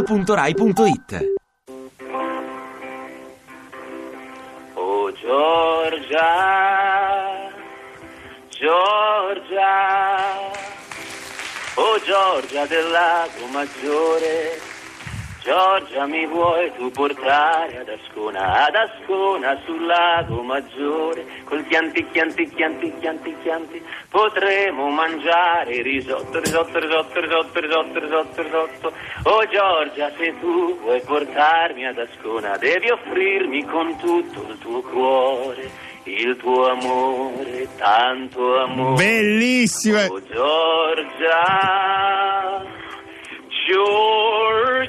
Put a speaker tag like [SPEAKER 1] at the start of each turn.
[SPEAKER 1] radio2pod.rai.it
[SPEAKER 2] Oh Giorgia, Giorgia, oh Giorgia del lago maggiore, Giorgia mi vuoi tu portare ad Ascona, ad Ascona sul lago maggiore, col chianti, chianti, chianti, chianti, chianti, potremo mangiare risotto, risotto, risotto, risotto, risotto, risotto, risotto. Oh Giorgia se tu vuoi portarmi ad Ascona, devi offrirmi con tutto il tuo cuore. Il tuo amore, tanto amore.
[SPEAKER 3] Bellissima!
[SPEAKER 2] Oh Giorgia, Giorgia.